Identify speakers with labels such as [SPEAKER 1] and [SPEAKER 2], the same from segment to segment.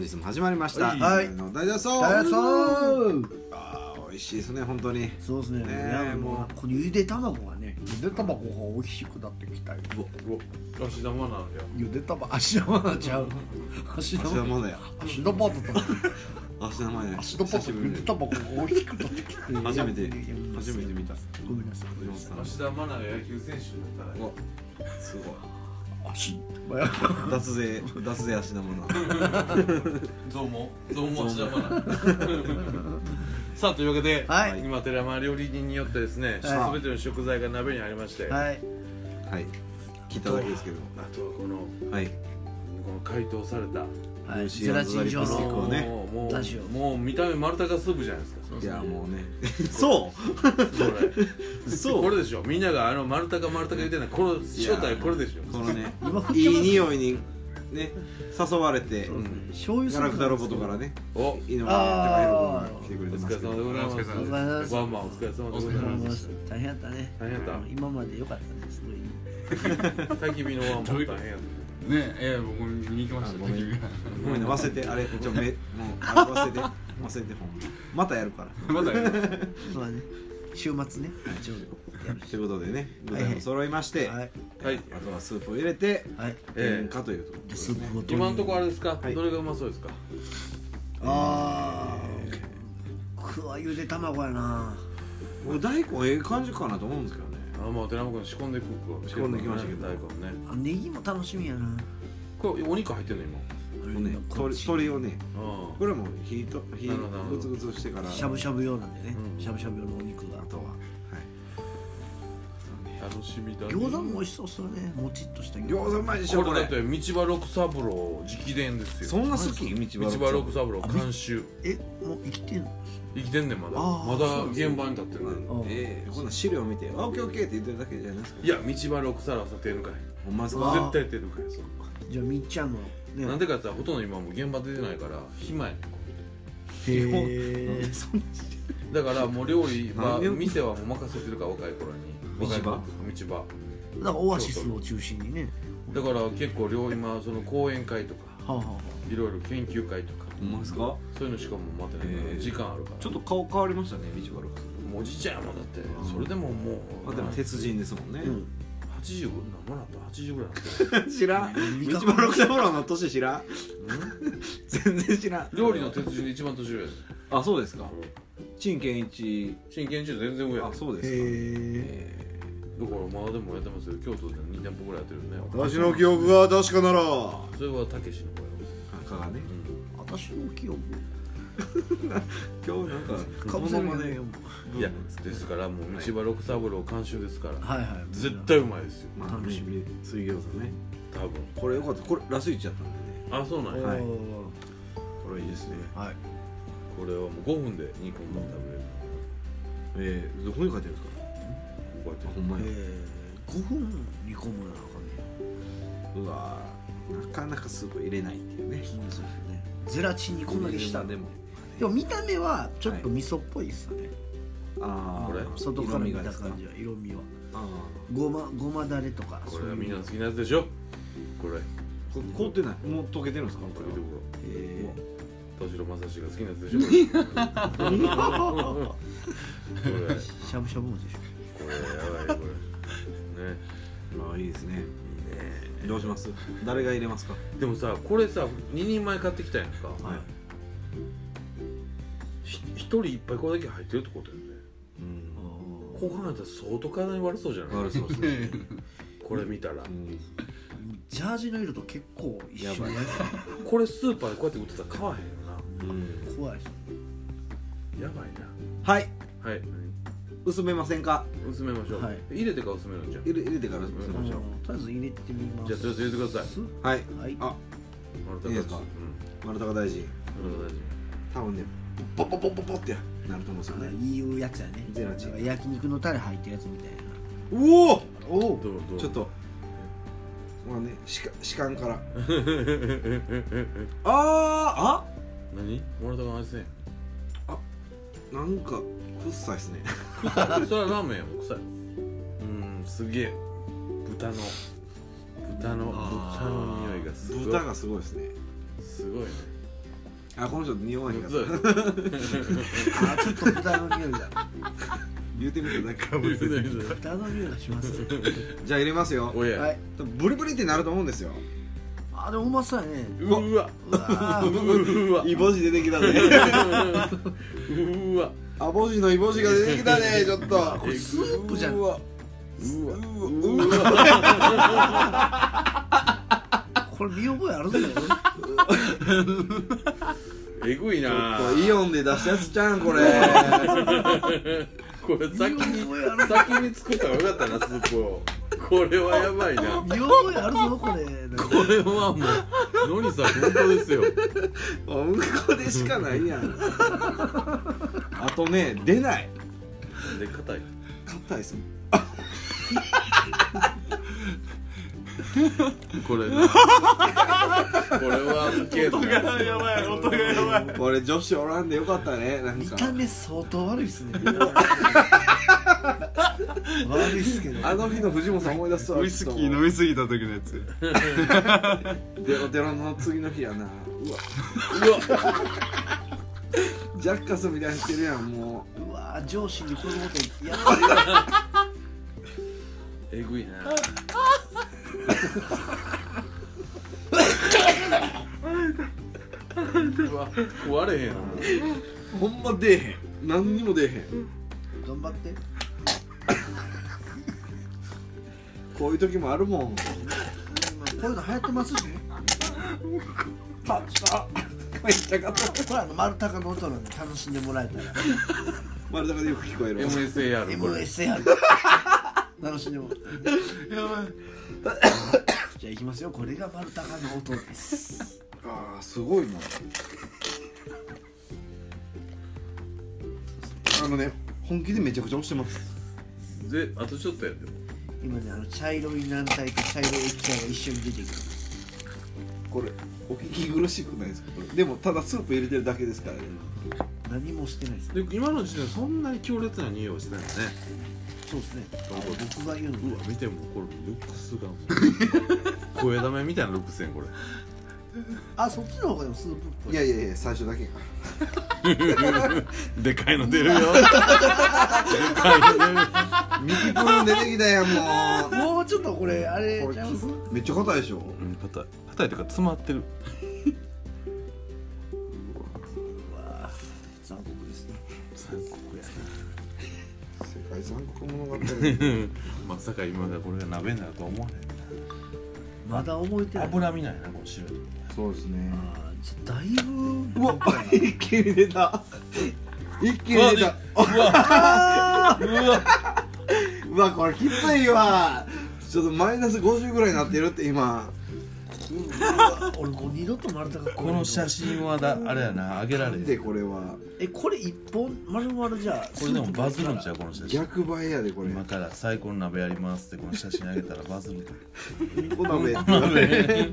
[SPEAKER 1] 日も始まりました。
[SPEAKER 2] はい
[SPEAKER 1] あの大丈夫そう。
[SPEAKER 2] 大そう
[SPEAKER 1] あー美味しいですね本当に。
[SPEAKER 2] そうですね
[SPEAKER 1] ね
[SPEAKER 2] い
[SPEAKER 1] も
[SPEAKER 2] や
[SPEAKER 1] う
[SPEAKER 2] もうこのゆで卵がねゆで卵が美味しくなってきたよ
[SPEAKER 3] 足玉なんだよ
[SPEAKER 2] ゆで卵足玉なちゃう足
[SPEAKER 1] 足の
[SPEAKER 2] 玉
[SPEAKER 1] ものや。
[SPEAKER 2] 足玉だった
[SPEAKER 1] 足のものや。
[SPEAKER 2] 足玉
[SPEAKER 1] 久
[SPEAKER 2] と
[SPEAKER 1] しぶり
[SPEAKER 2] ゆ
[SPEAKER 1] に
[SPEAKER 2] で卵が美味しくなってきたよ
[SPEAKER 1] 初めて
[SPEAKER 2] いやいやいや
[SPEAKER 1] 初めて見た。
[SPEAKER 2] ごめんなさい
[SPEAKER 1] 藤本さん。
[SPEAKER 3] 芦田愛菜が野球選手になったら
[SPEAKER 1] うわすご
[SPEAKER 2] 足
[SPEAKER 1] い。脱税脱税足のもの。
[SPEAKER 3] どうもどうも芦田愛菜さあというわけで、
[SPEAKER 2] はい
[SPEAKER 3] 今寺間料理人によってですね、
[SPEAKER 2] はい
[SPEAKER 3] 全ての食材が鍋にありまして、
[SPEAKER 2] はい
[SPEAKER 1] はい。聞いただけですけど。
[SPEAKER 3] あとはこの
[SPEAKER 1] はい。
[SPEAKER 3] この解凍された
[SPEAKER 2] はい
[SPEAKER 1] 牛
[SPEAKER 2] ゼラチン状
[SPEAKER 1] 肉を
[SPEAKER 2] の
[SPEAKER 1] ね
[SPEAKER 3] もうも
[SPEAKER 2] ラジオ
[SPEAKER 3] うもう見た目丸高スープじゃないですか
[SPEAKER 1] いやもうね。そう
[SPEAKER 3] そうこれでしょみんながあの丸高丸高言ってないこの正体はこれでし
[SPEAKER 1] う。
[SPEAKER 3] ょ
[SPEAKER 1] このね
[SPEAKER 2] 今振って
[SPEAKER 1] い
[SPEAKER 2] ます
[SPEAKER 1] い匂いにね誘われて。
[SPEAKER 2] そううです
[SPEAKER 1] んガ
[SPEAKER 2] ね醤油
[SPEAKER 1] ラクタロボットからね。
[SPEAKER 3] お
[SPEAKER 1] 井上やってくれる
[SPEAKER 3] お
[SPEAKER 1] のが来てくれてますけ
[SPEAKER 3] 疲れ
[SPEAKER 1] ど
[SPEAKER 3] 様でございます
[SPEAKER 4] お疲れ様です
[SPEAKER 3] ワンマンお疲れ様でござい
[SPEAKER 2] ありがとうござい
[SPEAKER 3] ま
[SPEAKER 2] ますす大変やったね
[SPEAKER 3] 大変だった
[SPEAKER 2] 今まで良かったですすごい
[SPEAKER 3] 焚き火のワンマン大変やった
[SPEAKER 4] ねえ、ええ僕見に行きました
[SPEAKER 1] あごめん
[SPEAKER 4] 焚き火
[SPEAKER 1] ごめんね忘れてあれちょ めもうあれ忘れて忘れてほんままたやるか
[SPEAKER 4] が
[SPEAKER 1] ら
[SPEAKER 4] まだやります
[SPEAKER 2] まあね週末ねちょうどやる
[SPEAKER 1] ということでね具
[SPEAKER 2] はい
[SPEAKER 1] 材
[SPEAKER 2] は
[SPEAKER 1] も
[SPEAKER 2] い
[SPEAKER 1] 揃いまして、
[SPEAKER 2] はい
[SPEAKER 3] はい
[SPEAKER 1] あとはスープを入れて
[SPEAKER 2] はい
[SPEAKER 3] え
[SPEAKER 1] 天かというところ
[SPEAKER 2] で
[SPEAKER 1] です
[SPEAKER 2] ス
[SPEAKER 1] ね
[SPEAKER 2] ープを取り
[SPEAKER 3] 今のところあれですか、
[SPEAKER 1] はい
[SPEAKER 3] どれがうまそうですか
[SPEAKER 2] ああくわゆで卵やな
[SPEAKER 1] もう大根ええ感じかなと思うんですけどね
[SPEAKER 3] あもう寺山君仕込んでいくわ
[SPEAKER 1] 仕込んできましたけど
[SPEAKER 3] 大根ね
[SPEAKER 2] あネギも楽しみやな
[SPEAKER 3] これお肉入ってんの今
[SPEAKER 1] もうね鶏鶏をね
[SPEAKER 3] あ
[SPEAKER 1] これも火と火
[SPEAKER 3] なるほどなる
[SPEAKER 1] グ
[SPEAKER 3] ほど
[SPEAKER 1] ツグツしてから
[SPEAKER 2] しゃぶしゃぶ用なんでね
[SPEAKER 3] うん
[SPEAKER 2] しゃぶしゃぶ用のお肉が
[SPEAKER 1] あとはは
[SPEAKER 3] あ楽しみだ、ね、
[SPEAKER 2] 餃子も美味しそうっすよねもちっとした
[SPEAKER 1] い
[SPEAKER 2] 餃
[SPEAKER 1] 餃子うまいでしょ
[SPEAKER 3] こ
[SPEAKER 1] こ
[SPEAKER 3] れだ
[SPEAKER 1] れ
[SPEAKER 3] って道場六三郎直伝です
[SPEAKER 1] そ
[SPEAKER 3] よ
[SPEAKER 1] んな好き道
[SPEAKER 3] 道場六
[SPEAKER 1] さ
[SPEAKER 3] 三郎監修
[SPEAKER 2] えもう生きてんの
[SPEAKER 3] 生きてんねんまだ
[SPEAKER 2] あー
[SPEAKER 3] まだ
[SPEAKER 2] そうですね
[SPEAKER 3] 現場に立ってるね
[SPEAKER 2] うん
[SPEAKER 1] ええこんな資料見て「あオッケーオッケー」って言ってるだけじゃないですか
[SPEAKER 3] いや道場六三郎はさ手抜かへん
[SPEAKER 1] ほんまです
[SPEAKER 2] あ
[SPEAKER 1] か
[SPEAKER 2] ー
[SPEAKER 3] 絶対手抜かへんそんな
[SPEAKER 2] じゃあみっちゃんのね
[SPEAKER 3] なんでかって言ったらほとんど今もう現場出てないから暇やねん
[SPEAKER 2] へえ
[SPEAKER 3] だからもう料理は
[SPEAKER 1] 何を
[SPEAKER 3] 店はもう任せてるから若い頃に
[SPEAKER 1] 道場
[SPEAKER 3] 道場
[SPEAKER 2] だからオアシスを中心にね
[SPEAKER 3] だから結構料今その講演会とか
[SPEAKER 2] はあはあはい
[SPEAKER 3] ろいろ研究会とか
[SPEAKER 1] ほんまですか
[SPEAKER 3] そういうのしかもう待ってないから、
[SPEAKER 1] へー
[SPEAKER 3] 時間あるから
[SPEAKER 1] ちょっと顔変わりましたね道悪く
[SPEAKER 3] もうおじいちゃんやもんだってそれでももう、
[SPEAKER 1] あでも鉄人ですもんね
[SPEAKER 2] あうん
[SPEAKER 3] 80何もなった80ぐらいな った
[SPEAKER 1] 知らん道
[SPEAKER 2] 覚
[SPEAKER 1] 悪く三郎の年知らん全然知らん
[SPEAKER 3] 料理の鉄人で一番年上やで
[SPEAKER 1] あそうですか陳健一
[SPEAKER 3] 真剣中全然上やでだ
[SPEAKER 1] あ
[SPEAKER 3] か
[SPEAKER 1] そうですか
[SPEAKER 2] へえ
[SPEAKER 3] らまだでもやってますよ京都で2店舗ぐらいやってるね
[SPEAKER 1] 私の記憶が確かならあ
[SPEAKER 3] それはたけしの方や
[SPEAKER 1] かがね
[SPEAKER 2] 私の記憶
[SPEAKER 1] 今日なんか
[SPEAKER 2] かぶせるよね
[SPEAKER 3] いやですからもう道場六三郎監修ですから、
[SPEAKER 2] はいはい
[SPEAKER 3] 絶対うまいですよ
[SPEAKER 1] まあ
[SPEAKER 2] 楽しみ
[SPEAKER 1] ね水餃子ね
[SPEAKER 3] 多分
[SPEAKER 1] これよかったこれラスイチやったんでね
[SPEAKER 3] あそうなんや、
[SPEAKER 1] はい
[SPEAKER 2] お
[SPEAKER 1] これいいですね
[SPEAKER 2] ーはい
[SPEAKER 3] これはもう5分で煮込んだら食べれる
[SPEAKER 1] えー、どこに書いてるんですか
[SPEAKER 3] こうやって
[SPEAKER 1] あほんま
[SPEAKER 2] え
[SPEAKER 1] や
[SPEAKER 2] ー5分煮込むなあかんね
[SPEAKER 1] うわーなかなかスープ入れないっていうね
[SPEAKER 2] そうですねゼラチンにこんだけした
[SPEAKER 1] でも
[SPEAKER 2] でも見た目はちょっと味噌っぽいっすよね、
[SPEAKER 1] ああ
[SPEAKER 3] これ
[SPEAKER 2] 外から見た
[SPEAKER 1] ですか
[SPEAKER 2] 感じは色味は
[SPEAKER 1] ああ
[SPEAKER 2] ごまごまだれとか
[SPEAKER 3] これはみんな
[SPEAKER 2] へ
[SPEAKER 3] 好きなやつでしょこれ
[SPEAKER 1] これ凍ってないもう溶けてるんですかこ
[SPEAKER 3] こ
[SPEAKER 1] れ
[SPEAKER 3] れ
[SPEAKER 2] え
[SPEAKER 3] 田代正史が好きなやつでしょこれこれ
[SPEAKER 2] しゃぶしゃぶもでしょ
[SPEAKER 3] やばいこれね
[SPEAKER 1] ああいいですねどうします誰が入れますか
[SPEAKER 3] でもさこれさ2人前買ってきたやんか
[SPEAKER 1] はい
[SPEAKER 3] ひ1人一杯これだけ入ってるってことやんね
[SPEAKER 1] うん
[SPEAKER 2] お
[SPEAKER 3] こう考えたら相当体に悪そうじゃない
[SPEAKER 1] 悪そうですね
[SPEAKER 3] これ見たら
[SPEAKER 1] うん
[SPEAKER 2] ージャージの色と結構一緒にやつ
[SPEAKER 3] これスーパーでこうやって売ってたら買わへんよな
[SPEAKER 1] うん
[SPEAKER 2] 怖いっす
[SPEAKER 3] やばいな
[SPEAKER 1] はい
[SPEAKER 3] はい
[SPEAKER 1] 薄めませんか
[SPEAKER 3] 薄めましょう、
[SPEAKER 2] はい
[SPEAKER 3] 入れてから薄めるんじゃん
[SPEAKER 1] 入れ入れてから薄め
[SPEAKER 2] あ
[SPEAKER 1] ま
[SPEAKER 2] の
[SPEAKER 1] しょ
[SPEAKER 2] と
[SPEAKER 1] う
[SPEAKER 2] りあえず入れてみま
[SPEAKER 3] じ
[SPEAKER 2] す
[SPEAKER 3] ゃあとりあえず入れてくださ
[SPEAKER 1] はい
[SPEAKER 2] はい
[SPEAKER 1] あ
[SPEAKER 3] 丸太
[SPEAKER 1] いいですか丸高大臣
[SPEAKER 3] うん丸太大臣
[SPEAKER 1] 多分ねポッポッポッポッポッってなると思うんですよ
[SPEAKER 2] あ
[SPEAKER 1] ね
[SPEAKER 2] いいうやつやね
[SPEAKER 1] ゼラチン
[SPEAKER 2] なんか焼肉のタレ入ってるやつみたいな
[SPEAKER 1] うおお
[SPEAKER 2] お
[SPEAKER 3] どうどう
[SPEAKER 1] ちょっとまあねしか士官からあー
[SPEAKER 3] 何丸太が愛せん
[SPEAKER 1] あなんか臭いっすね
[SPEAKER 3] それはラーメンやもん臭いうんすげえ豚の豚の
[SPEAKER 1] あー
[SPEAKER 3] 豚の匂いがすごい
[SPEAKER 1] 豚がすごいですね
[SPEAKER 3] すごいね
[SPEAKER 1] あこの人匂いが
[SPEAKER 3] そうや
[SPEAKER 2] あちょっと豚の匂いだ
[SPEAKER 1] 言うてみてなん か
[SPEAKER 3] 言うてみて
[SPEAKER 2] 豚の匂いがします ね
[SPEAKER 1] じゃあ入れますよ
[SPEAKER 3] お
[SPEAKER 2] は
[SPEAKER 3] や
[SPEAKER 2] い
[SPEAKER 1] ブリブリってなると思うんですよ
[SPEAKER 2] あでもうまそうやね
[SPEAKER 3] うわ
[SPEAKER 2] うわ
[SPEAKER 3] う
[SPEAKER 2] ー
[SPEAKER 3] わ
[SPEAKER 1] イボジ出てきたね
[SPEAKER 3] うわ
[SPEAKER 1] あぼじのイボジが出てきた ねちょっと
[SPEAKER 2] これスープじゃん
[SPEAKER 1] うわ
[SPEAKER 3] うわ
[SPEAKER 1] うわ
[SPEAKER 2] これ見覚えあるぞ
[SPEAKER 3] えぐいな
[SPEAKER 1] これイオンで出したやつちゃうんこ れ
[SPEAKER 3] これ先
[SPEAKER 2] 見
[SPEAKER 3] に
[SPEAKER 2] 覚えあるぞ
[SPEAKER 3] 先に作った方がよかったなスープをこれはやばいな
[SPEAKER 2] 見覚えあるぞ これ
[SPEAKER 3] これはもうノリさん本当ですよ
[SPEAKER 1] うんこでしかないやんあとね出ない
[SPEAKER 3] で硬い
[SPEAKER 1] 硬いですもん
[SPEAKER 3] これなこれはウケんな
[SPEAKER 4] やばい音がやばい
[SPEAKER 1] これ女子おらんでよかったねなん
[SPEAKER 2] 見
[SPEAKER 1] か
[SPEAKER 2] た目相当悪いっすね悪いっすけど
[SPEAKER 1] あの日の藤本さん思い出すわ
[SPEAKER 4] ウイスキー飲みすぎた時のやつ
[SPEAKER 1] デロデロの次の日やなうわ
[SPEAKER 3] うわ
[SPEAKER 1] ジャッカスみたいにしてるやんも
[SPEAKER 2] うわー上司にこのことやってる
[SPEAKER 3] えぐいなうわ食われへんもう
[SPEAKER 1] うほんま出えへん何にも出えへん
[SPEAKER 2] 頑張って
[SPEAKER 1] こういう時もあるもん
[SPEAKER 2] こういうの流行ってますしね
[SPEAKER 1] パッパ めっちゃ硬い
[SPEAKER 2] これあの丸高の音なんで楽しんでもらえたら
[SPEAKER 1] 丸高でよく聞こえる
[SPEAKER 3] MSAR これ
[SPEAKER 2] MSR 楽しんでもらえたらじゃあいきますよこれが丸高の音です
[SPEAKER 1] ああすごいなあのね本気でめちゃくちゃ押してます
[SPEAKER 3] であとちょっとやって
[SPEAKER 2] 今ねあの茶色い軟体と茶色い液体が一緒に出てくる
[SPEAKER 1] これお聞き苦しくないですかこれでもただスープ入れてるだけですからね
[SPEAKER 2] 何もしてないです
[SPEAKER 3] で今の時点でそんなに強烈な匂いはしてないよね
[SPEAKER 2] そうですね僕が言うの
[SPEAKER 3] うわ見てもこれルックスがもう 声だめみたいなルックスやんこれ
[SPEAKER 2] あそっちの方がでもスープっぽい
[SPEAKER 1] いやいやいや最初だけか
[SPEAKER 3] でかいの出るよでかいの出る
[SPEAKER 1] 右プーン出てきたやんも
[SPEAKER 2] もうちょっとこれあれ
[SPEAKER 1] うこ
[SPEAKER 2] ちゃうんす
[SPEAKER 1] れめっちゃ硬いでしょ
[SPEAKER 3] うん硬い硬いというか詰まってる
[SPEAKER 2] 残酷ですね
[SPEAKER 3] 残酷や
[SPEAKER 1] 世界残酷物語
[SPEAKER 3] なまさか今がこれが鍋になるとは思わない
[SPEAKER 2] まだ覚えてない
[SPEAKER 3] 脂身ないなこの汁
[SPEAKER 1] そうですね
[SPEAKER 2] あーじゃあだいぶ
[SPEAKER 1] うわ一気に出た一気に出た
[SPEAKER 2] あー
[SPEAKER 3] うわ
[SPEAKER 1] うわこれきついわちょっとマイナス50ぐらいになってるって今
[SPEAKER 2] 俺もう二度と丸太が
[SPEAKER 3] この写真はだあれやなあげられへん
[SPEAKER 1] でこれは
[SPEAKER 2] えこれ一本丸々じゃあ
[SPEAKER 3] これでもバズるんちゃ
[SPEAKER 2] う
[SPEAKER 3] うこの写真
[SPEAKER 1] 逆映えやでこれ
[SPEAKER 3] 今から最高の鍋やりますってこの写真あげたらバズ る
[SPEAKER 1] うんこ鍋
[SPEAKER 3] うんこ鍋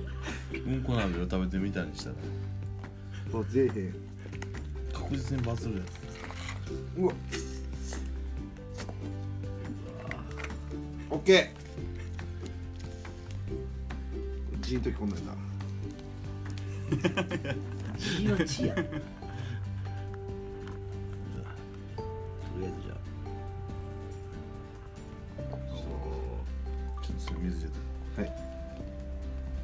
[SPEAKER 3] うんこ鍋を食べてみたにしたら
[SPEAKER 1] こう出えへん
[SPEAKER 3] 確実にバズるやつ
[SPEAKER 1] うわオッケージーンときこんなんだ
[SPEAKER 2] 血は血やとりあえずじゃ
[SPEAKER 3] ちょっとそれ水入れて
[SPEAKER 1] はい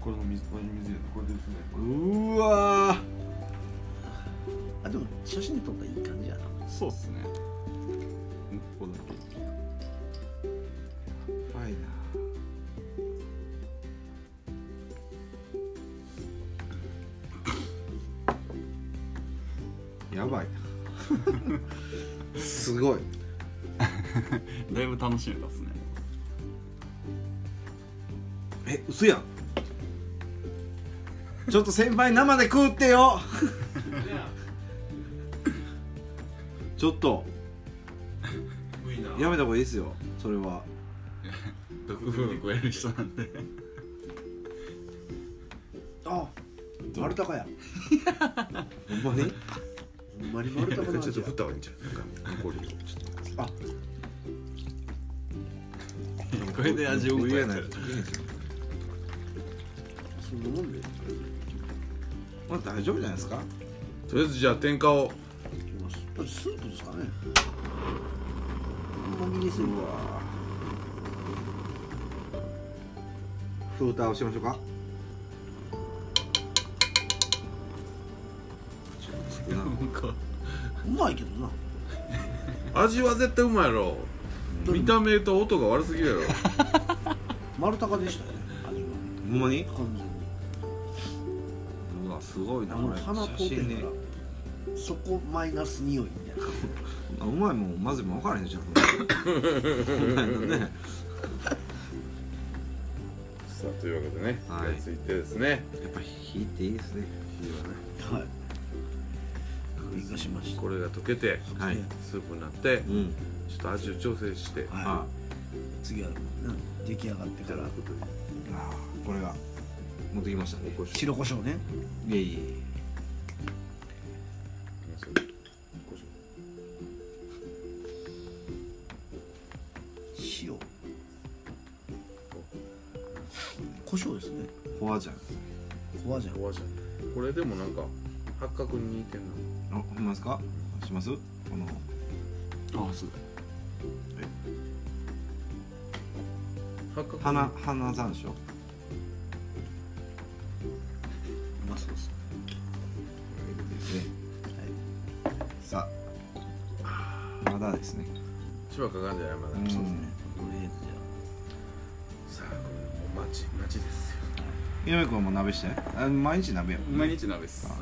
[SPEAKER 3] これの水これに水入れてこれで薄め
[SPEAKER 1] うーわ
[SPEAKER 2] ああでも写真撮ったらいい感じやな
[SPEAKER 4] そうっすねうんこだけ
[SPEAKER 1] ーはいなやばい なすごい
[SPEAKER 4] だいぶ楽しめたっすね
[SPEAKER 1] え嘘やんちょっと先輩生で食うってよ ちょっと
[SPEAKER 3] いいな
[SPEAKER 1] やめた方がいいですよそれは
[SPEAKER 4] 毒風に超える人なんで
[SPEAKER 2] あ丸高や
[SPEAKER 1] ほんまに
[SPEAKER 2] ほんまに丸高の味や
[SPEAKER 3] た方がいいん ちゃうなんか残りをちょっと
[SPEAKER 4] これで味を覚
[SPEAKER 1] 言
[SPEAKER 4] え
[SPEAKER 1] えない
[SPEAKER 4] た
[SPEAKER 1] い
[SPEAKER 4] ら
[SPEAKER 2] そんなもんで
[SPEAKER 1] まあ大丈夫じゃないですか
[SPEAKER 3] とりあえずじゃあ天下を
[SPEAKER 2] いきますやっぱりスープですかねあんまりですよ
[SPEAKER 1] うわフーターをしましょうかちょっとつくな
[SPEAKER 3] なんか
[SPEAKER 2] うまいけどな
[SPEAKER 3] 味は絶対うまいやろ見た目と音が悪すぎるやろ
[SPEAKER 2] 丸高でしたよね味は
[SPEAKER 1] ほんまに
[SPEAKER 2] 完全に
[SPEAKER 3] うわすごいな
[SPEAKER 2] あ
[SPEAKER 3] こ
[SPEAKER 2] の
[SPEAKER 3] れ
[SPEAKER 2] 鼻通って
[SPEAKER 1] 写真ね
[SPEAKER 2] るからそこマイナス匂いみたい
[SPEAKER 1] う
[SPEAKER 2] な
[SPEAKER 1] まいもんまずも分からへんじゃんこれほんまやなね
[SPEAKER 3] さあというわけでね、
[SPEAKER 1] はい
[SPEAKER 3] じゃあ続いてですね
[SPEAKER 1] やっぱ火っていいですね火
[SPEAKER 2] はい確認がしました
[SPEAKER 3] これが溶けて
[SPEAKER 1] はねはい
[SPEAKER 3] スープになって
[SPEAKER 1] うん、うん、
[SPEAKER 3] ちょっと味を調整して、
[SPEAKER 2] はい
[SPEAKER 1] あ
[SPEAKER 2] 次はもうな出来上がって
[SPEAKER 3] いた
[SPEAKER 2] か
[SPEAKER 3] だ
[SPEAKER 2] ら
[SPEAKER 3] くという
[SPEAKER 1] あこれが持ってきましたね
[SPEAKER 3] こしょ
[SPEAKER 2] 白胡椒ね
[SPEAKER 1] いえいえ
[SPEAKER 3] うこしょう
[SPEAKER 2] 塩胡椒ですね
[SPEAKER 1] フォアジャン
[SPEAKER 2] ホワジャン
[SPEAKER 3] お味これでもなんか八角に似てんな
[SPEAKER 1] あ、ほんまですかしますこの
[SPEAKER 3] あそう八角
[SPEAKER 1] 花花山椒
[SPEAKER 2] うまそうです
[SPEAKER 1] ですねさあまだですね
[SPEAKER 3] 芝かかんじゃないまだ、
[SPEAKER 1] うん
[SPEAKER 2] そうですねとりあえずじゃ
[SPEAKER 3] さあこれもう町町ですよ
[SPEAKER 1] 井上君はもう鍋したいあ毎日鍋やもんね
[SPEAKER 5] 毎日鍋っす
[SPEAKER 1] あ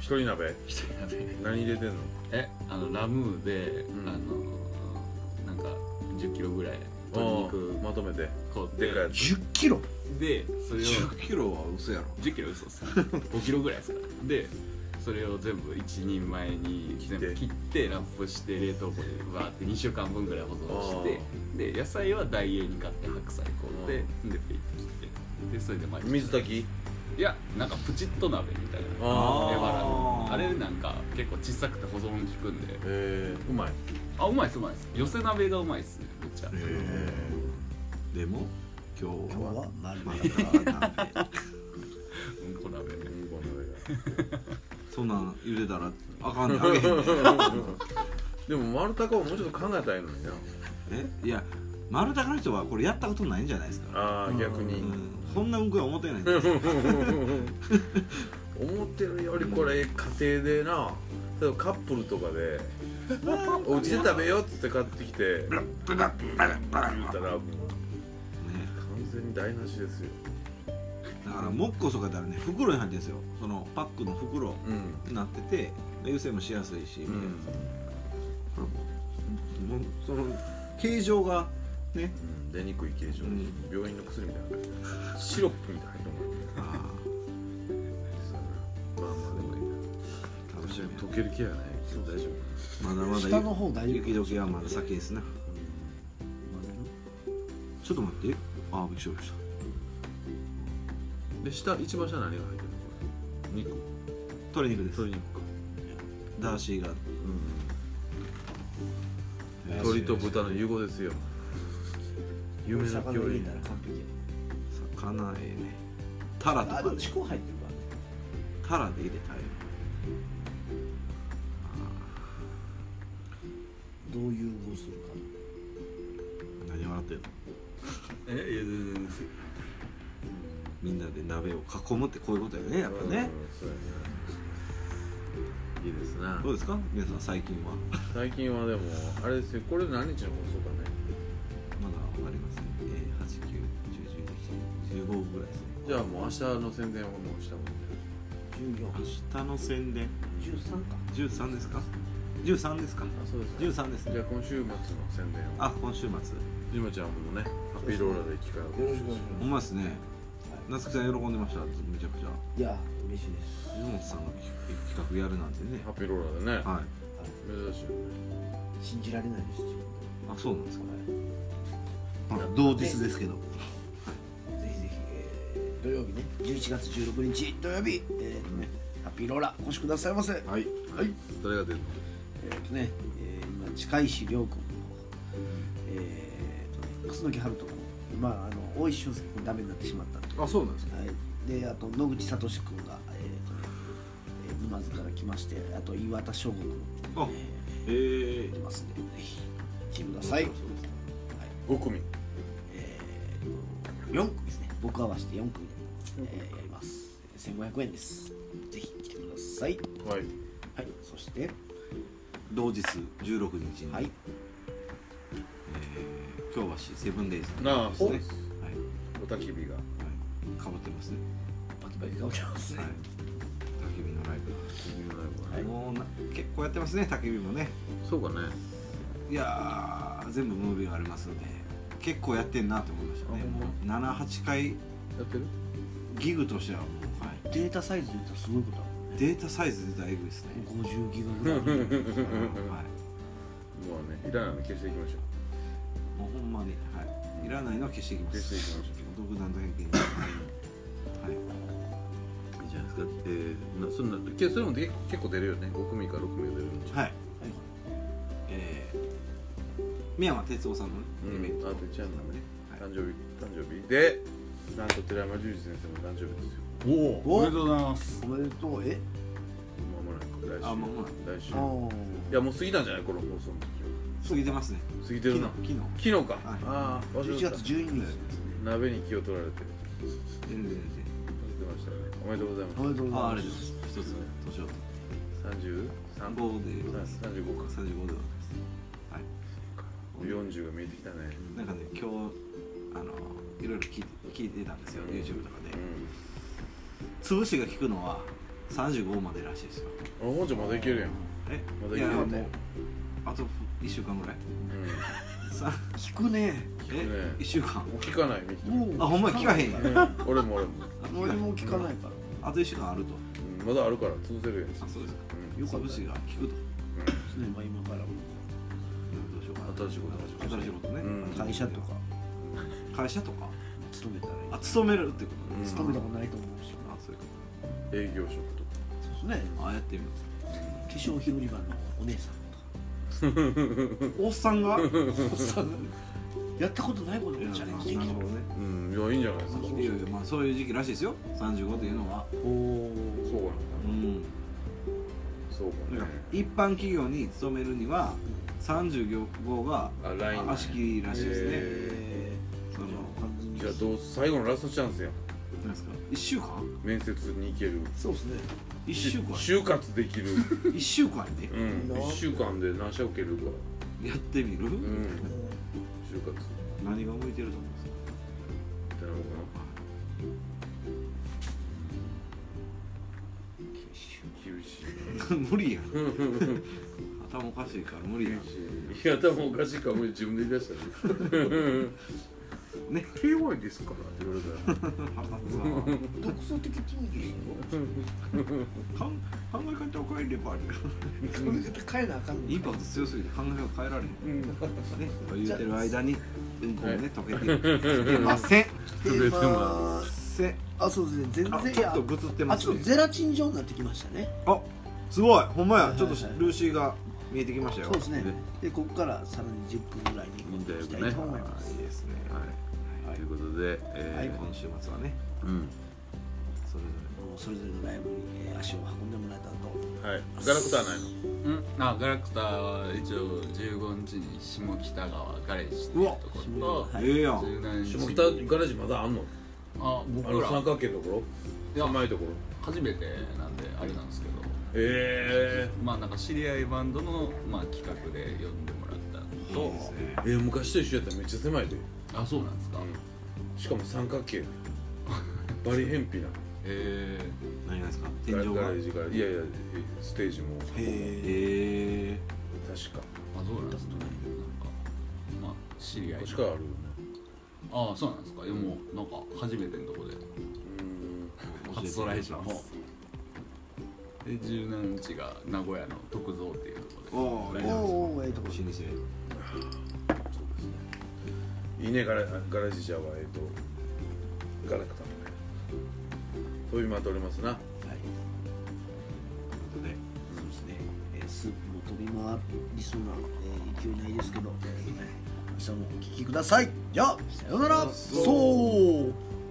[SPEAKER 3] 一人鍋
[SPEAKER 5] 一人鍋
[SPEAKER 3] 何入れてんの
[SPEAKER 5] えあのラムーで、
[SPEAKER 3] うん
[SPEAKER 5] あのなんか1 0キロぐらい鶏肉
[SPEAKER 3] まとめて
[SPEAKER 5] 買って
[SPEAKER 3] でっかいやつ
[SPEAKER 2] あ10キロ
[SPEAKER 5] でそれを1
[SPEAKER 1] キロは嘘やろ
[SPEAKER 5] 0キロ嘘っす5キロぐらいですからでそれを全部一人前に全部切ってラップして冷凍庫でバーって2週間分ぐらい保存してで野菜はダイエーに買って白菜買ってでピリッて切ってでそれで毎日
[SPEAKER 3] 水炊き
[SPEAKER 5] いやなんかプチッと鍋みたいな
[SPEAKER 3] あー
[SPEAKER 5] エバラのあれなんか結構小さくて保存効くんで
[SPEAKER 3] えー、うまい
[SPEAKER 5] あうまいですうまいです寄せ鍋がうまいですねめっちゃ
[SPEAKER 1] えでも今日
[SPEAKER 2] 今日
[SPEAKER 1] は
[SPEAKER 2] は丸
[SPEAKER 1] ま
[SPEAKER 2] め
[SPEAKER 1] だ鍋
[SPEAKER 5] うんこ鍋
[SPEAKER 3] うんこの鍋が
[SPEAKER 1] そんなん茹でたらあかんねあげへんね
[SPEAKER 3] でも丸高をもうちょっと考えたらいいのにな
[SPEAKER 1] えいや丸太の人はこれやったことないんじゃないですか
[SPEAKER 3] ああ逆
[SPEAKER 1] う
[SPEAKER 3] に
[SPEAKER 1] んこんなうんこは思ってないんですよ
[SPEAKER 3] 思ってるよりこれ家庭でな例えばカップルとかでお家で食べようっつって買ってきてブラッブラッブラッブラッ言ったらもう
[SPEAKER 1] ね
[SPEAKER 3] 完全に台無しですよ
[SPEAKER 1] だからもっこそかだらね袋に入ってるんですよそのパックの袋
[SPEAKER 3] うん
[SPEAKER 1] になっててで油性もしやすいしみたいな、これもうもうその形状がね
[SPEAKER 3] うん出にくい形状
[SPEAKER 1] うん
[SPEAKER 3] 病院の薬みたいな感じシロップみたいなの
[SPEAKER 1] あ
[SPEAKER 3] がまあまあでもいいな
[SPEAKER 1] あ楽しみや
[SPEAKER 3] 溶ける気はないけど大丈夫
[SPEAKER 1] まだまだ
[SPEAKER 2] 下の方大丈夫
[SPEAKER 1] 雪解けはまだ先ですな
[SPEAKER 2] 混ぜる
[SPEAKER 1] ちょっと待ってああびっくりしました
[SPEAKER 3] で下一番下何が入ってるのこれ肉
[SPEAKER 1] 鶏肉です
[SPEAKER 3] 鶏肉か
[SPEAKER 1] ダーシーが
[SPEAKER 3] うん鶏と豚の融合ですよ有名な
[SPEAKER 2] 魚
[SPEAKER 3] 料
[SPEAKER 2] 入れ
[SPEAKER 3] 理
[SPEAKER 2] たら完璧や
[SPEAKER 1] 魚ええねタラと
[SPEAKER 2] あ
[SPEAKER 1] か
[SPEAKER 2] で
[SPEAKER 1] ね
[SPEAKER 2] もチコ入ってるからね
[SPEAKER 1] タラで入れたい
[SPEAKER 2] どう融合するか
[SPEAKER 1] 何笑ってんの
[SPEAKER 5] えいや全然
[SPEAKER 1] みんなで鍋を囲むってこういうことよねやっぱね、
[SPEAKER 3] そうやねいいですな
[SPEAKER 1] どうですか皆さん最近は
[SPEAKER 3] 最近はでもあれですよこれ何日の放送かね
[SPEAKER 1] まだわかりません。えー、八九十十一十五ぐらいですね。
[SPEAKER 3] じゃあもう明日の宣伝をもうしたもんで
[SPEAKER 1] 明
[SPEAKER 2] 1413
[SPEAKER 1] 日の宣伝
[SPEAKER 2] か
[SPEAKER 1] 十三ですか？十三ですか？
[SPEAKER 3] あそうですね
[SPEAKER 1] 十三です
[SPEAKER 3] じゃ
[SPEAKER 1] ね
[SPEAKER 3] あ。今週末の宣伝を
[SPEAKER 1] あ、今週末。
[SPEAKER 3] じまちゃんもねハッピーローラーで機会を
[SPEAKER 2] よろしくお願いし
[SPEAKER 1] ほんまですね。
[SPEAKER 2] ま
[SPEAKER 1] 夏希さん喜んでました。めちゃくちゃ。
[SPEAKER 2] すいや嬉しいです
[SPEAKER 1] 湯本さんの企企画やるなんてね
[SPEAKER 3] ハ。ッピーローラーでね
[SPEAKER 1] はい。
[SPEAKER 3] 珍しいよね
[SPEAKER 2] 信じられないです自分
[SPEAKER 1] あ、そうなんですか。
[SPEAKER 2] で
[SPEAKER 1] まあ同日ですけど。
[SPEAKER 2] はいぜひぜひ、えー、土曜日ね11月16日土曜日えー、とねハッピーローラーお越しくださいませ
[SPEAKER 3] はい
[SPEAKER 2] はい
[SPEAKER 3] 誰が出るの
[SPEAKER 2] えー、とね、えー今近石亮君とえー、とね楠木春人君まああの大石俊介君ダメになってしまったんで
[SPEAKER 3] あそうなんです
[SPEAKER 2] はい、であと野口聡君が、えーとねえー、沼津から来ましてあと岩田翔吾君
[SPEAKER 1] あえー
[SPEAKER 2] 出ますんでぜひ来てください、
[SPEAKER 3] 5組
[SPEAKER 2] えー、4組ですね僕合わせて4組で、えーやります1500円ですぜひ来てください
[SPEAKER 3] はい
[SPEAKER 2] はいそして
[SPEAKER 1] 同日16日に、
[SPEAKER 2] はい
[SPEAKER 1] えー、京橋セブンデイズ
[SPEAKER 3] なあ
[SPEAKER 1] ですね
[SPEAKER 3] そう
[SPEAKER 1] はい
[SPEAKER 3] ですおたきびが
[SPEAKER 1] はいかぶってますね
[SPEAKER 2] バキバキがおります
[SPEAKER 1] はい焚き火のライブ、
[SPEAKER 2] はい
[SPEAKER 1] もうな結構やってますね焚き火もね
[SPEAKER 5] そうかね
[SPEAKER 1] いやー全部ムービーがありますので結構やってんなと思いましたね
[SPEAKER 3] あほん
[SPEAKER 1] もう78回
[SPEAKER 3] やってる
[SPEAKER 1] ギグとしてはもう、はい、
[SPEAKER 2] データサイズで言ったらすごいことあるね
[SPEAKER 1] データサイズでだいぶですね、
[SPEAKER 2] 50ギガぐらいある
[SPEAKER 1] は
[SPEAKER 2] ね
[SPEAKER 1] い
[SPEAKER 3] もうねいらないの消していきましょ
[SPEAKER 1] もうほんまに、はい、いらないのは消していきます。
[SPEAKER 3] 消していきまし
[SPEAKER 1] 独断と偏見。はい
[SPEAKER 3] じゃないですかえー、なそんなけそれもで結構出るよね5組か6組が出るんじ
[SPEAKER 1] い。
[SPEAKER 3] ゃ
[SPEAKER 1] はい。えー、宮間哲夫さんのね、
[SPEAKER 3] う
[SPEAKER 1] イベン
[SPEAKER 3] ん
[SPEAKER 1] ト。
[SPEAKER 3] あとちゃんのね
[SPEAKER 1] はい
[SPEAKER 3] 誕生日誕生日でなんと寺山修司先生の誕生日ですよ
[SPEAKER 5] お
[SPEAKER 2] お
[SPEAKER 5] おおめでとうございます
[SPEAKER 2] おめでとうえ
[SPEAKER 3] まもなく来週
[SPEAKER 1] あ間もな
[SPEAKER 3] 来週
[SPEAKER 2] あー
[SPEAKER 3] いやもう過ぎたんじゃないこの放送の
[SPEAKER 1] 過ぎてますね。
[SPEAKER 3] 時過ぎて
[SPEAKER 1] 昨
[SPEAKER 3] る
[SPEAKER 1] 日、
[SPEAKER 3] な
[SPEAKER 1] 昨日。
[SPEAKER 3] 昨日か、
[SPEAKER 1] はい
[SPEAKER 3] ああ忘れ
[SPEAKER 2] 11
[SPEAKER 3] てた
[SPEAKER 2] 月12日
[SPEAKER 3] 鍋に気を取られて
[SPEAKER 1] 全然全然。
[SPEAKER 3] 忘れてましたねおめでとうござい
[SPEAKER 2] お
[SPEAKER 3] ま
[SPEAKER 2] めでとうござ
[SPEAKER 1] あ、
[SPEAKER 2] い
[SPEAKER 1] あ
[SPEAKER 2] ま
[SPEAKER 1] れ
[SPEAKER 2] す
[SPEAKER 1] です。一つね、年を取って。
[SPEAKER 3] す33
[SPEAKER 1] 三五でございます。
[SPEAKER 3] 35か
[SPEAKER 1] 三十五でございます。
[SPEAKER 3] 40が見えてきたね
[SPEAKER 1] なんかね、今日、あの、いろいろ聞いて、聞いてたんですよ、YouTube とかで。潰しが効くのは、三十五までらしいですよ。
[SPEAKER 3] うんあ本ちゃんまだいけるやん
[SPEAKER 1] え、
[SPEAKER 3] まだ
[SPEAKER 1] い
[SPEAKER 3] い
[SPEAKER 1] や、
[SPEAKER 3] け
[SPEAKER 1] も
[SPEAKER 3] るよ
[SPEAKER 1] う
[SPEAKER 3] ね、
[SPEAKER 1] あと一週間ぐらい。
[SPEAKER 3] うん
[SPEAKER 1] さ
[SPEAKER 2] 聞くね
[SPEAKER 1] え
[SPEAKER 3] ね
[SPEAKER 1] 1週間
[SPEAKER 3] もう聞かないみ
[SPEAKER 2] もう
[SPEAKER 1] あほんまや聞かへんや
[SPEAKER 3] たいな俺も俺も、
[SPEAKER 2] 俺も聞かないから
[SPEAKER 1] あと1週間あると
[SPEAKER 3] うんまだあるから潰せるやん
[SPEAKER 1] あそうです
[SPEAKER 2] よか
[SPEAKER 1] か
[SPEAKER 2] った
[SPEAKER 1] 潰しが効くと
[SPEAKER 2] ですね、まあ、今からも
[SPEAKER 1] どうしようかな
[SPEAKER 3] 新しいこと
[SPEAKER 1] 新しいことね、
[SPEAKER 3] うん
[SPEAKER 2] 会社とか
[SPEAKER 1] 会社とか
[SPEAKER 2] 勤めたらいい
[SPEAKER 1] あ勤めるってこと
[SPEAKER 3] うん
[SPEAKER 1] ね、
[SPEAKER 2] 勤めたことないと思うし
[SPEAKER 1] あそういうこ
[SPEAKER 3] うん営業職とか
[SPEAKER 2] そうですね
[SPEAKER 1] とあやってみる
[SPEAKER 2] 化粧品売り場のお姉さんとか
[SPEAKER 1] おっさん が
[SPEAKER 2] おっさんがやったことないこと
[SPEAKER 1] いや
[SPEAKER 2] にチャレンジで
[SPEAKER 1] な
[SPEAKER 2] き
[SPEAKER 1] る
[SPEAKER 2] る
[SPEAKER 1] ほどね
[SPEAKER 3] うんいやいいんじゃないですか
[SPEAKER 2] そう
[SPEAKER 1] いやいやまあそういう時期らしいですよ35というのは
[SPEAKER 2] おお
[SPEAKER 3] そうか
[SPEAKER 1] うん
[SPEAKER 3] なそうか
[SPEAKER 1] だ
[SPEAKER 3] ね
[SPEAKER 1] から一般企業に勤めるには35が
[SPEAKER 3] あライン
[SPEAKER 1] 足切りらしいですね、
[SPEAKER 3] へ
[SPEAKER 1] その
[SPEAKER 2] 完全に
[SPEAKER 3] じゃあどう最後のラストチャンスやん
[SPEAKER 1] なんですか1週間
[SPEAKER 3] 面接に行ける
[SPEAKER 2] そうですね
[SPEAKER 1] 1週間
[SPEAKER 3] 就活できる
[SPEAKER 1] 1週間で
[SPEAKER 3] うん
[SPEAKER 2] な
[SPEAKER 3] 1週間で何社受けるか
[SPEAKER 1] やってみる、
[SPEAKER 3] うん就活
[SPEAKER 1] 何が向いてると思うんですか
[SPEAKER 3] ってなのかな厳しい
[SPEAKER 1] 無理やん頭おかしいから無理やん
[SPEAKER 3] 厳しいいや頭おかしいから俺自分で言い出したね
[SPEAKER 1] ね
[SPEAKER 3] KY ですからって言われたら
[SPEAKER 1] 腹立つわ
[SPEAKER 2] 独創的人間
[SPEAKER 1] かん考え方を変えれば
[SPEAKER 2] の考え方変えなあかんの
[SPEAKER 1] インパクト強すぎて考え方変えられへん、ねと言うてる間にうんこもね溶けてきてません
[SPEAKER 2] 来てます
[SPEAKER 1] せん
[SPEAKER 2] あそうですね全
[SPEAKER 1] あ
[SPEAKER 2] 然
[SPEAKER 1] ちょっと
[SPEAKER 2] や
[SPEAKER 1] ぐつってま
[SPEAKER 2] あち
[SPEAKER 1] す
[SPEAKER 2] ょっ
[SPEAKER 1] ね
[SPEAKER 2] とゼラチン状になってきましたね
[SPEAKER 1] あすごいほんまや
[SPEAKER 2] はい
[SPEAKER 1] ちょっとルーシーが見えてきましたよ
[SPEAKER 2] そうですねでここからさらに10分ぐらいに
[SPEAKER 3] みんなよ
[SPEAKER 2] 行
[SPEAKER 3] く
[SPEAKER 2] き
[SPEAKER 3] ね
[SPEAKER 2] たいと思います
[SPEAKER 1] いいですね
[SPEAKER 3] はい、
[SPEAKER 2] はい
[SPEAKER 3] ということで、
[SPEAKER 2] はい
[SPEAKER 3] え
[SPEAKER 1] 今週末はね
[SPEAKER 3] ーうん
[SPEAKER 1] それぞ
[SPEAKER 2] もうそれぞれのライブにえー足を運んでもらえたらと
[SPEAKER 3] はいガラクタはないの
[SPEAKER 5] うんあガラクタは一応15日に下北川ガレージっていうとこ
[SPEAKER 2] うわ
[SPEAKER 5] ろ
[SPEAKER 1] れ、
[SPEAKER 2] はい
[SPEAKER 1] ええや
[SPEAKER 5] と
[SPEAKER 1] ん
[SPEAKER 5] 17日
[SPEAKER 3] 下
[SPEAKER 5] に
[SPEAKER 3] 北ガレージまだあんの
[SPEAKER 5] あ
[SPEAKER 3] あ
[SPEAKER 5] 僕
[SPEAKER 3] の
[SPEAKER 5] ら
[SPEAKER 3] 三角形のとこ
[SPEAKER 5] い
[SPEAKER 3] ろ
[SPEAKER 5] や
[SPEAKER 3] 狭いところ
[SPEAKER 5] 初めてなんであれなんですけど
[SPEAKER 3] え
[SPEAKER 5] まあなんか知り合いバンドの、まあ、企画で呼んでもらったのと
[SPEAKER 3] えー、えー昔と一緒やったらめっちゃ狭いで、
[SPEAKER 5] あそうなんですか、
[SPEAKER 3] しかも三角形バリ偏僻な
[SPEAKER 5] え
[SPEAKER 1] 何がですか天
[SPEAKER 3] ガレ
[SPEAKER 1] 井が
[SPEAKER 3] ージからいやいやステージも確
[SPEAKER 2] へえ
[SPEAKER 1] え
[SPEAKER 3] か
[SPEAKER 5] ー、あそうなんですかねなんかまあ知り合い
[SPEAKER 3] 確かあるよね
[SPEAKER 5] ああそうなんですかでもなんか初めてのとこで
[SPEAKER 1] え
[SPEAKER 3] うん
[SPEAKER 5] 初トライしますで17日が名古屋の徳蔵っていうところ
[SPEAKER 1] おー
[SPEAKER 5] で
[SPEAKER 1] いいな
[SPEAKER 5] はい
[SPEAKER 2] おおええとこ
[SPEAKER 1] 老舗
[SPEAKER 3] そうですねいいねガラガラージじゃあはえっ、とガラクタもね飛び回っておりますな
[SPEAKER 2] はい
[SPEAKER 1] ということで
[SPEAKER 2] そうですね、えースープも飛び回りそうな、えー勢いないですけど、えー明日もお聞きくださいじゃあさようならそう